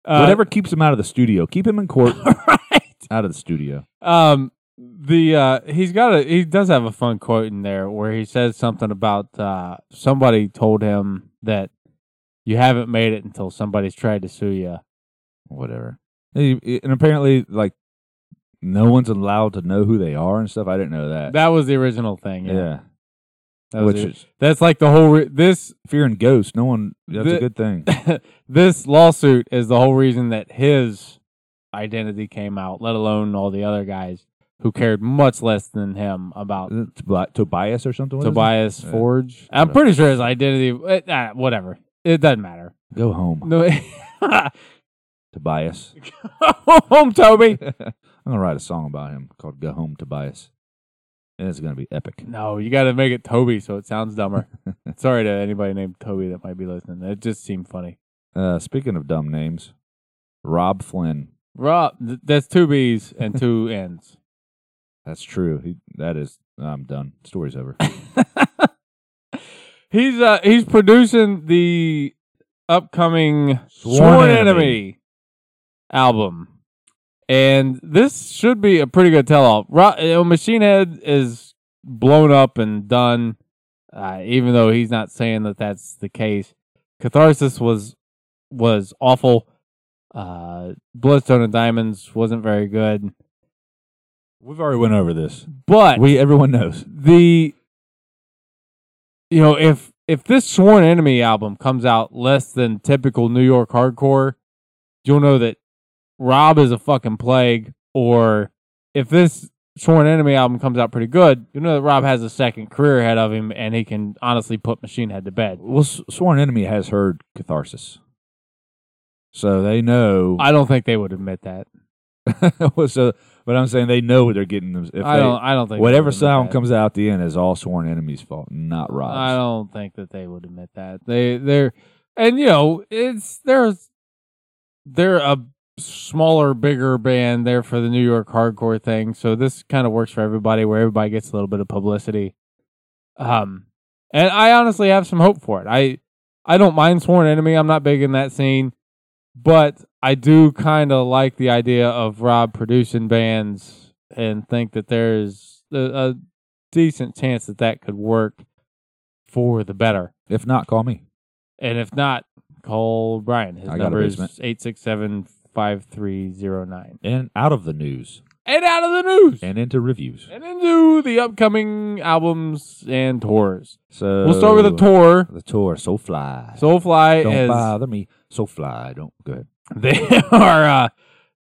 Uh,
Whatever keeps him out of the studio, keep him in court
right.
out of the studio.
Um, the uh, he's got a he does have a fun quote in there where he says something about uh, somebody told him that you haven't made it until somebody's tried to sue you.
whatever. And he- and apparently, like, no one's allowed to know who they are and stuff. I didn't know that.
That was the original thing.
yeah.
Yeah, That was
Which
the-
is,
that's like the whole re- this
if you're in Ghost, no one, that's
The-
a good thing.
this lawsuit is the whole reason that his identity came out, let alone all the other guys who cared much less than him about
It's Bla- Tobias or something? what is
Tobias
Yeah.
Forge. I'm pretty sure his identity, it, uh, whatever. It doesn't matter.
it? Go home,
No,
Tobias.
home, Toby.
I'm going to write a song about him called Go Home, Tobias. And it's going to be epic.
No, you got to make it Toby so it sounds dumber. Sorry to anybody named Toby that might be listening. It just seemed funny.
Uh, speaking of dumb names, Rob Flynn.
Rob, th- that's two B's and two N's.
That's true. He, that is, I'm done. Story's over.
He's uh he's producing the upcoming Sworn,
Sworn
Enemy.
Enemy.
album, and this should be a pretty good tell-all. Ro- you know, Machine Head is blown up and done, uh, even though he's not saying that that's the case. Catharsis was was awful. Uh, Bloodstone and Diamonds wasn't very good,
We've already went over this.
but
We, everyone knows.
the you know if if this sworn enemy album comes out less than typical new york hardcore you'll know that rob is a fucking plague or if this sworn enemy album comes out pretty good you'll know that rob has a second career ahead of him and he can honestly put machine head to bed
Well, S- Sworn Enemy has heard Catharsis. So they know.
i don't think they would admit that
so But I'm saying they know what they're getting. Them, if
I
they-
don't. I don't think
whatever
they would admit
sound
that.
comes out the end is all sworn enemies' fault, not Rob's.
I don't think that they would admit that they they're and you know it's there's they're a smaller, bigger band there for the New York hardcore thing, so this kind of works for everybody where everybody gets a little bit of publicity. Um, and I honestly have some hope for it. I I don't mind Sworn Enemy. I'm not big in that scene, but I do kind of like the idea of Rob producing bands and think that there's a, a decent chance that that could work for the better.
If not, call me.
And if not, call Brian. His
I got a
number is
basement.
867 5309.
And out of the news
And out of the news! And,
and into reviews.
into the upcoming albums and tours.
So
We'll start with a tour.
The tour, so fly.
Soulfly
Oh. don't
is.
bother me. So fly. Don't go ahead.
They are. Uh,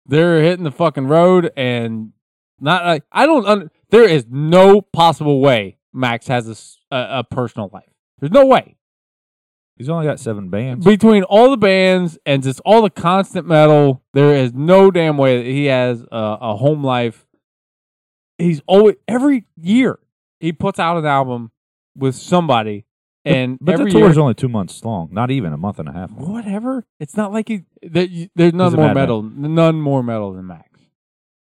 they're hitting the fucking road and not. Like, I don't. Un- there is no possible way Max has a s a a a personal life. There's no way.
He's only got seven bands.
between all the bands and just all the constant metal, there is no damn way that he has a, a home life. He's always every year he puts out an album with somebody, and
but the
every
tour is
year,
only two months long. Not even a month and a half. long.
whatever. It's not like he there, you- there's none
He's a
more
madman.
metal, none more metal than Max.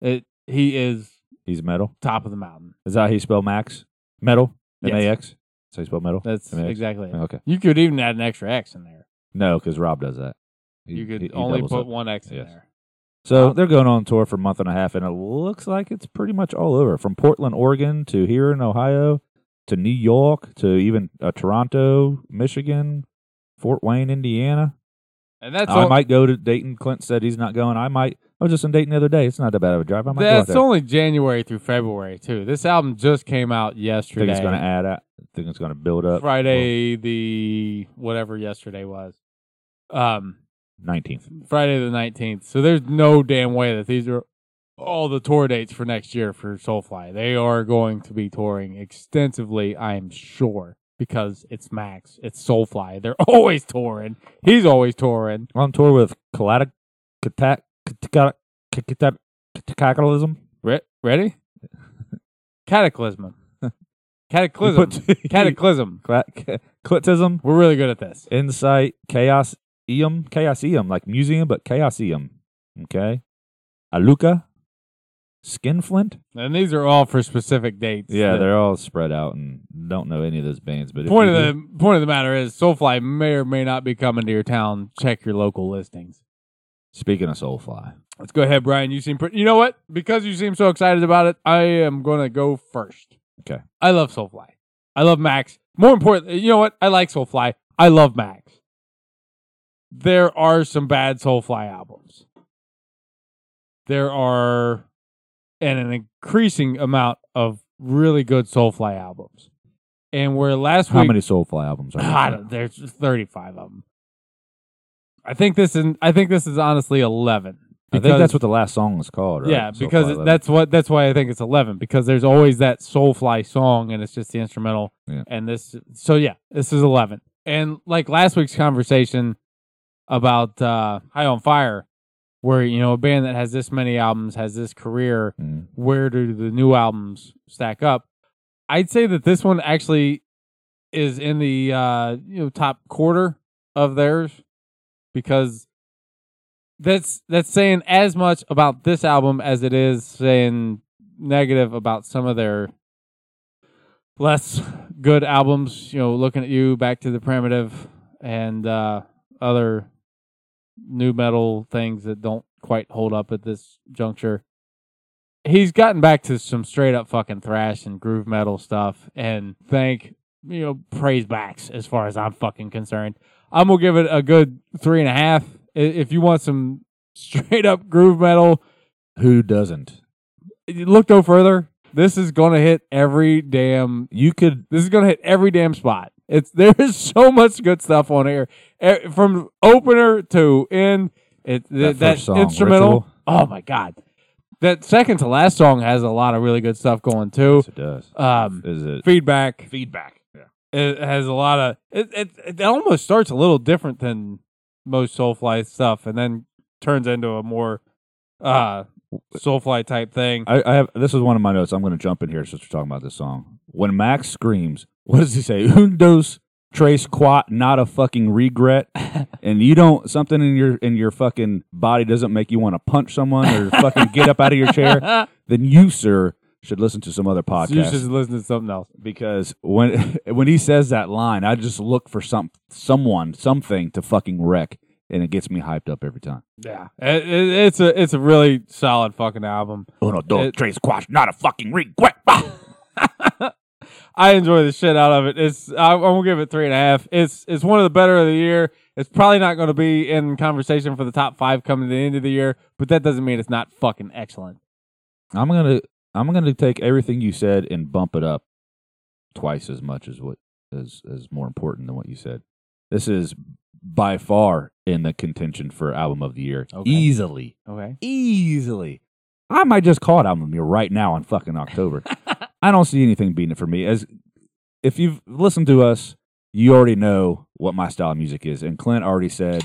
It he is
He's metal.
top of the mountain.
Is that how you spell Max? Metal.
Yes.
M A X. That's how you spell metal.
That's
M A X?
exactly it.
Okay.
You could even add an extra X in there.
No, because Rob does that. He-
You could
he- he
only
doubles
put
up.
one X in
Yes.
there.
So they're going on tour for a month and a half, and it looks like it's pretty much all over from Portland, Oregon, to here in Ohio, to New York, to even uh, Toronto, Michigan, Fort Wayne, Indiana.
And that's
Oh, I
all,
might go to Dayton. Clint said he's not going. I might. I was just in Dayton the other day. It's not that bad of a drive. I might go out
That's
there.
only January through February too. This album just came out
I think
yesterday.
it's going to add. up. I think it's going to build up.
Friday the whatever yesterday was. Um
nineteenth.
Friday the 19th. So there's no damn way that these are all the tour dates for next year for Soulfly. They are going to be touring extensively, I'm sure, because it's Max, it's Soulfly. They're always touring. He's always touring.
On tour with Colata, Cata, Cata, Cata, Cataclysm.
Re- ready? Cataclysm.
You
Cataclysm.
put- E.
Cataclysm.
Cla- Ca- Clitism.
We're really good at this.
Insight, Chaos Eum, Chaosium, like museum, but Chaosium. Okay. Aluka, Skinflint.
And these are all for specific dates.
Yeah,
The
they're all spread out and don't know any of those bands. But if
point
you
of
do-
the point of the matter is Soulfly may or may not be coming to your town. Check your local listings.
speaking of Soulfly,
Let's go ahead, Brian. You seem pretty. You know what? Because you seem so excited about it, I am going to go first.
Okay.
I love Soulfly. I love Max. More importantly, you know what? I like Soulfly. I love Max. There are some bad Soulfly albums. There are, and an increasing amount of really good Soulfly albums. And where last
how
week,
many Soulfly albums are there?
I don't, there's 35 of them. I think this is. I think this is honestly 11.
I think that's what the last song was called, right?
Yeah,
Soulfly
because
11.
that's what that's why I think it's 11 because there's always that Soulfly song and it's just the instrumental.
Yeah.
And this so yeah, this is 11. And like last week's conversation about uh High on Fire where you know a band that has this many albums has this career
Mm.
where do the new albums stack up? I'd say that this one actually is in the uh, you know top quarter of theirs because that's that's saying as much about this album as it is saying negative about some of their less good albums. You know, looking at you, back to the primitive, and uh, other new metal things that don't quite hold up at this juncture he's gotten back to some straight up fucking thrash and groove metal stuff and thank you know praise backs as far as i'm fucking concerned i'm gonna give it a good three and a half I- if you want some straight up groove metal
who doesn't.
look no further this is gonna hit every damn
You could
this is gonna hit every damn spot it's there is so much good stuff on here E- from opener to end it that,
first
that
song,
instrumental
Ritual.
oh my god that second to last song has a lot of really good stuff going too
Yes, it does.
um,
Is it
feedback.
feedback? Yeah.
It has a lot of it, it. It almost starts a little different than most Soulfly stuff, and then turns into a more uh Soulfly type thing.
I, I have this is one of my notes. I'm going to jump in here since we're talking about this song. When Max screams, what does he say? Undos trace quat, not a fucking regret. And you don't something in your in your fucking body doesn't make you want to punch someone or fucking get up out of your chair. Then you, sir, should listen to some other
So you should
podcast
listen to something else.
because when when he says that line, I just look for some someone something to fucking wreck, and it gets me hyped up every time.
Yeah, It- it- it's a it's a really solid fucking album.
Uno, dos,
It-
tres, quat, not a fucking regret.
I enjoy the shit out of it. It's I, I'm gonna give it three and a half. It's it's one of the better of the year. It's probably not going to be in conversation for the top five coming to the end of the year, but that doesn't mean it's not fucking excellent.
I'm gonna I'm gonna take everything you said and bump it up twice as much as what is is more important than what you said. This is by far in the contention for album of the year,
Okay.
easily,
Okay.
easily. I might just call it album of the year right now in fucking October. I don't see anything beating it for me. As if you've listened to us, you already know what my style of music is, and Clint already said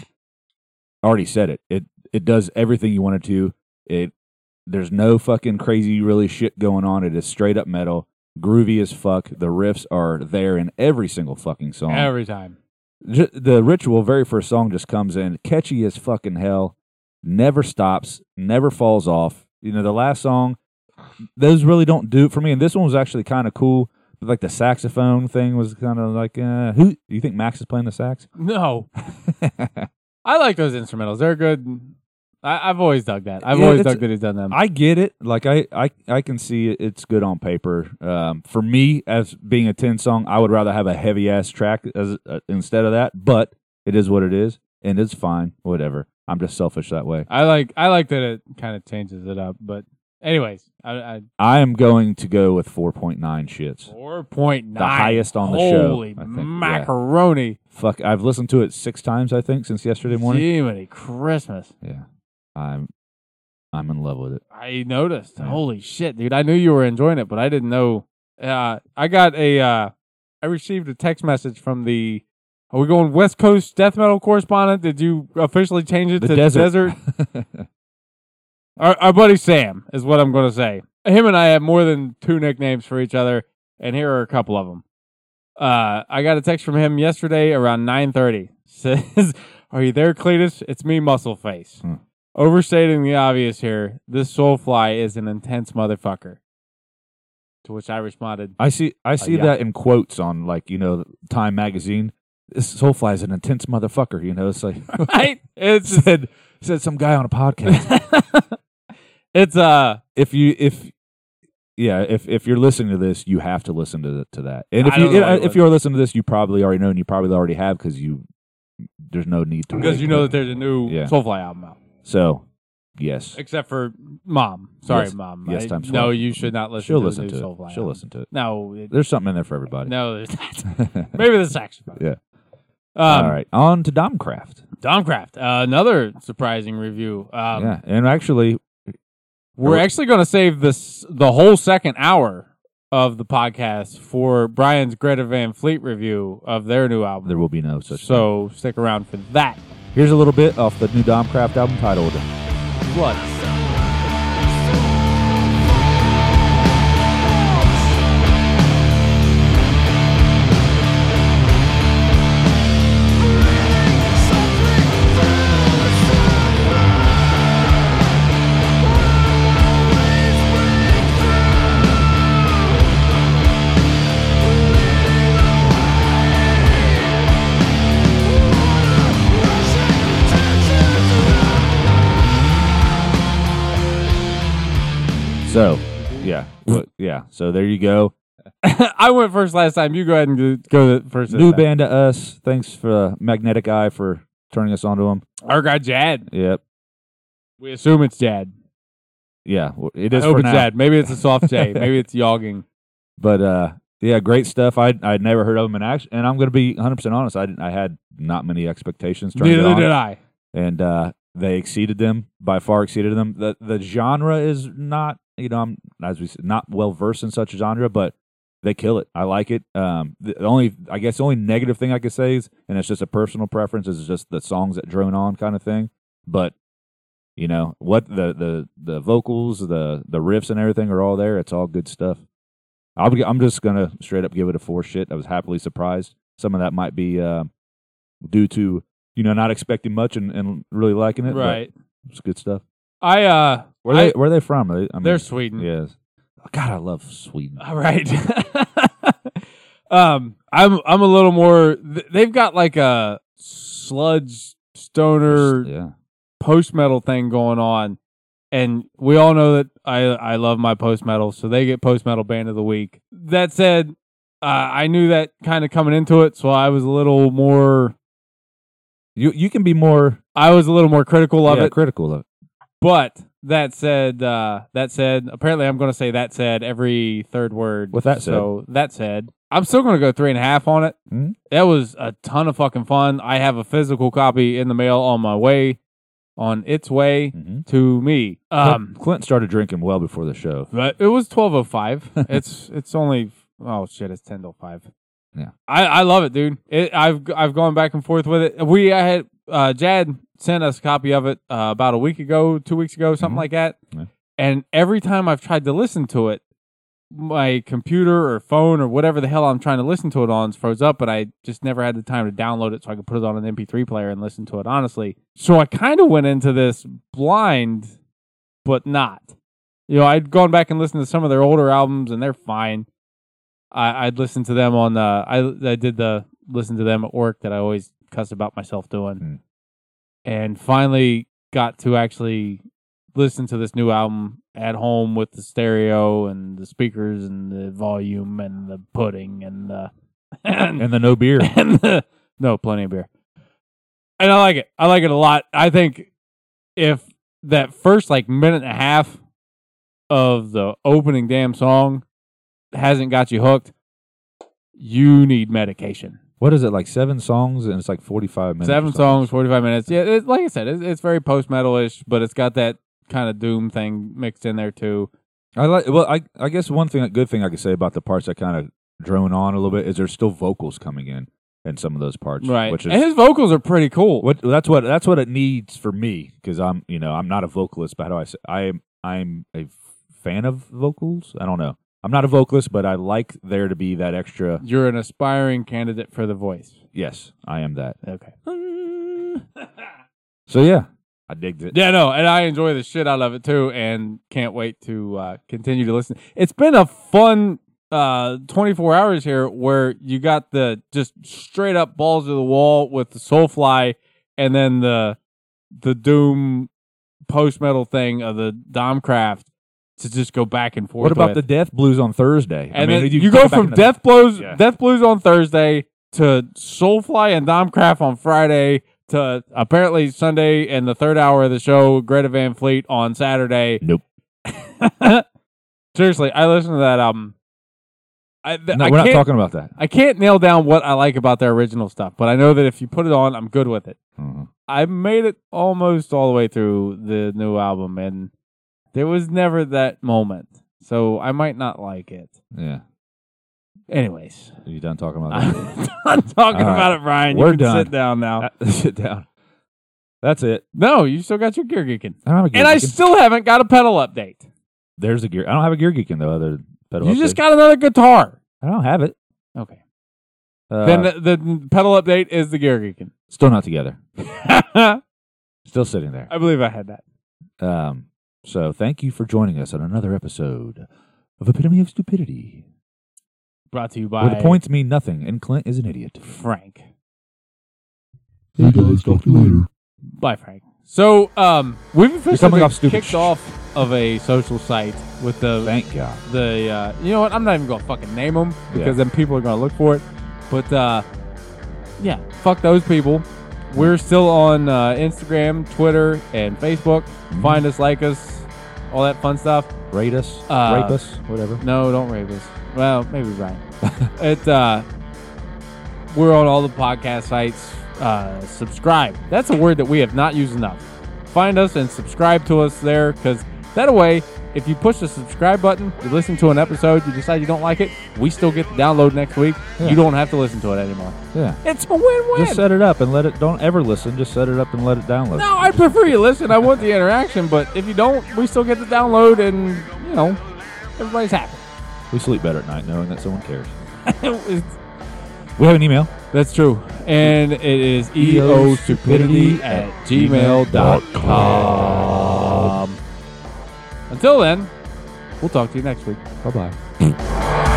already said it. It it does everything you want it to. It there's no fucking crazy really shit going on. It is straight up metal, groovy as fuck. The riffs are there in every single fucking song.
Every time.
Ju- the ritual very first song just comes in catchy as fucking hell. Never stops, never falls off. You know the last song, those really don't do it for me. And this one was actually kind of cool. But like the saxophone thing was kind of like, uh, who you think Max is playing the sax?
No, I like those instrumentals. They're good. I, I've always dug that. I've
Yeah,
always
it's-
dug that he's done them.
I get it. Like I, I, I can see it, it's good on paper. Um, for me, as being a ten song, I would rather have a heavy ass track as uh, instead of that. But it is what it is, and it's fine. Whatever. I'm just selfish that way.
I like I like that it kind of changes it up. But anyways, I, I
I am going to go with four point nine shits.
four point nine,
The highest on the show,
Holy
I think. Yeah.
macaroni!
Fuck. I've listened to it six times I think since yesterday morning.
Jiminy Christmas!
Yeah. I'm, I'm in love with it.
I noticed.
Yeah.
Holy shit, dude! I knew you were enjoying it, but I didn't know. Uh, I got a. Uh, I received a text message from the. Are we going West Coast death metal correspondent? Did you officially change it
The
to
desert.
desert? Our, our buddy Sam is what I'm going to say. Him and I have more than two nicknames for each other, and here are a couple of them. Uh, I got a text from him yesterday around 9:30. Says, "Are you there, Cletus? It's me, Muscleface."
Hmm.
Overstating the obvious here, this Soulfly is an intense motherfucker. To which I responded,
I see. I see
yeah.
that in quotes on like you know Time magazine. This Soulfly is an intense motherfucker. You know, it's like
"Right? It's
said said some guy on a podcast.
it's uh,
if you if yeah, if if you're listening to this, you have to listen to to that. And if
I
you
don't know why you
if you're listening to this, you probably already know, and you probably already have because you there's no need to
because
wait.
you know that there's a new
Yeah.
Soulfly album out,
So yes,
except for Mom. Sorry,
Yes.
Mom.
Yes,
I-
times
no,
twelve.
you should not listen.
she'll
to
listen
the
to
new
it.
Soulfly
She'll
album.
listen to it.
No, it,
There's something in there for everybody.
no, Um, there's not. Maybe the saxophone.
Yeah.
Um,
All right, on to Domcraft.
Domcraft, uh, another surprising review. Um,
yeah, and actually,
We're actually going to save this the whole second hour of the podcast for Brian's Greta Van Fleet review of their new album.
there will be no such. thing.
so stick around for that.
Here's a little bit off the new Domcraft album titled
Blood.
So, yeah, Well, yeah. So there you go.
I went first last time. You go ahead and go- go the first. this
New
time.
band to us. Thanks for uh, Magnetic Eye for turning us onto them.
Our guy Jad.
Yep.
We assume it's Jad.
Yeah, well, it
I
is
hope
for
it's
now.
Jad. Maybe it's a soft J. Maybe it's yogging.
But uh, yeah, great stuff. I I'd never heard of them in action, and I'm gonna be 100 percent honest. I didn't, I had not many expectations. turning it
Neither
on,
did I.
And uh, they exceeded them by far. Exceeded them. the The genre is not you know I'm as we said, not well versed in such genre, but they kill it. I like it. Um, the the only I guess the only negative thing I could say is, and it's just a personal preference, is just the songs that drone on kind of thing. But You know what the the the vocals, the the riffs, and everything are all there. It's all good stuff. I'll be, I'm just gonna straight up give it a four shit. I was happily surprised. Some of that might be uh, due to you know not expecting much and, and really liking it. but
right.
it's good stuff.
I uh,
Where they
I-
where they from? Are they, I mean,
they're Sweden.
yes. God, I love Sweden.
All right. um, I'm I'm a little more. th- They've got like a sludge stoner
yeah,
post metal thing going on, and we all know that I I love my post metal, so they get post metal band of the week. That said, uh, I knew that kind of coming into it, so I was a little more.
you you can be more
I was a little more critical of
yeah,
it.
critical of it.
But that said, uh, that said, apparently I'm going to say that said every third word.
With that said.
so that said, I'm still going to go three and a half on it.
Mhm.
That was a ton of fucking fun. I have a physical copy in the mail on my way, on its way
Mm-hmm.
to me. Um,
Clint started drinking well before the show.
but it was twelve oh five. It's it's only oh shit, it's ten till five.
Yeah.
I, I love it, dude. It, I've I've gone back and forth with it. We I had uh, Jad sent us a copy of it uh, about a week ago, two weeks ago, something
Mhm.
like that.
Yeah.
And every time I've tried to listen to it, my computer or phone or whatever the hell I'm trying to listen to it on is froze up, but I just never had the time to download it so I could put it on an MP3 player and listen to it honestly. So I kind of went into this blind, but not. You know, I'd gone back and listened to some of their older albums, and they're fine. I, I'd listened to them on. Uh, I I did the listen to them at work that I always cuss about myself doing,
Hmm.
and finally got to actually listen to this new album at home with the stereo and the speakers and the volume and the pudding and the
And the no beer.
and the, no, plenty of beer. And I like it. I like it a lot. I think if that first like minute and a half of the opening damn song hasn't got you hooked, you need medication.
what is it like? Seven songs and it's like forty-five minutes. or
Seven
something.
songs, forty five minutes. Yeah, it, like I said, it's, it's very post metal ish, but it's got that kind of doom thing mixed in there too.
I like. Well, I I guess one thing, a good thing I could say about the parts that kind of drone on a little bit is there's still vocals coming in in some of those parts,
Right,
Which
and
is
his vocals are pretty cool.
what that's what that's what it needs for me because I'm you know I'm not a vocalist, but how do I say I am I'm a fan of vocals. I don't know. I'm not a vocalist, but I like there to be that extra.
You're an aspiring candidate for the voice.
Yes, I am that.
Okay.
So yeah, I digged it.
Yeah, no, and I enjoy the shit out of it too, and can't wait to uh, continue to listen. It's been a fun uh, 24 hours here where you got the just straight up balls to the wall with the Soulfly, and then the the Doom post metal thing of the Domcraft to just go back and forth.
What about
with.
the death blues on Thursday?
And then you,
come
go
back
from
into-
Death Blows,
Yeah.
Death Blues on Thursday to Soulfly and Domcraft on Friday to apparently Sunday and the third hour of the show, Greta Van Fleet on Saturday.
Nope.
Seriously, I listened to that album. I, th-
No,
I
we're not
can't,
talking about that.
I can't nail down what I like about their original stuff, but I know that if you put it on, I'm good with it.
Mhm.
I made it almost all the way through the new album, and there was never that moment. So I might not like it.
Yeah,
Anyways,
Are you done talking about
I'm
that?
talking
All right.
about it, Ryan. You
We're
can
done.
sit down now.
That- Sit down. That's it.
no, you still got your gear geeking.
I don't have a gear
And I
geeking.
still haven't got a pedal update.
there's a gear. I don't have a gear geeking though. Other pedal.
you
up
just
there.
got another guitar.
I don't have it.
Okay.
Uh,
then the, the pedal update is the gear geeking.
still not together.
I
Still sitting there.
believe I had that.
Um. So thank you for joining us on another episode of Epitome of Stupidity,
Brought to you
where
by
the points mean nothing and Clint is an idiot.
Frank.
Hey guys, talk to you later.
Bye, Frank. So, um, we've officially
coming
been
off stupid.
kicked off of a social site with the
Thank God.
the uh, you know what I'm not even gonna fucking name them because then people are gonna look for it. But uh, yeah, fuck those people. We're still on uh, Instagram, Twitter, and Facebook.
Mm-hmm.
Find us, like us, all that fun stuff.
Rate us.
Uh,
rape us. Whatever.
No, don't rape us. Well, maybe Ryan. it uh, we're on all the podcast sites. Uh, subscribe. That's a word that we have not used enough. Find us and subscribe to us there because That way, if you push the subscribe button, you listen to an episode, you decide you don't like it, we still get the download next week.
Yeah.
You don't have to listen to it anymore.
Yeah.
It's a win-win.
Just set it up and let it. Don't ever listen. Just set it up and let it download.
No, I prefer you listen. I want the interaction, but if you don't, we still get the download, and you know, everybody's happy.
We sleep better at night knowing that someone cares. We have an email.
That's true. And it is eostupidity E at gmail.com. Until then, we'll talk to you next week.
Bye bye.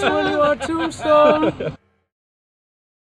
Twenty watt tombstone.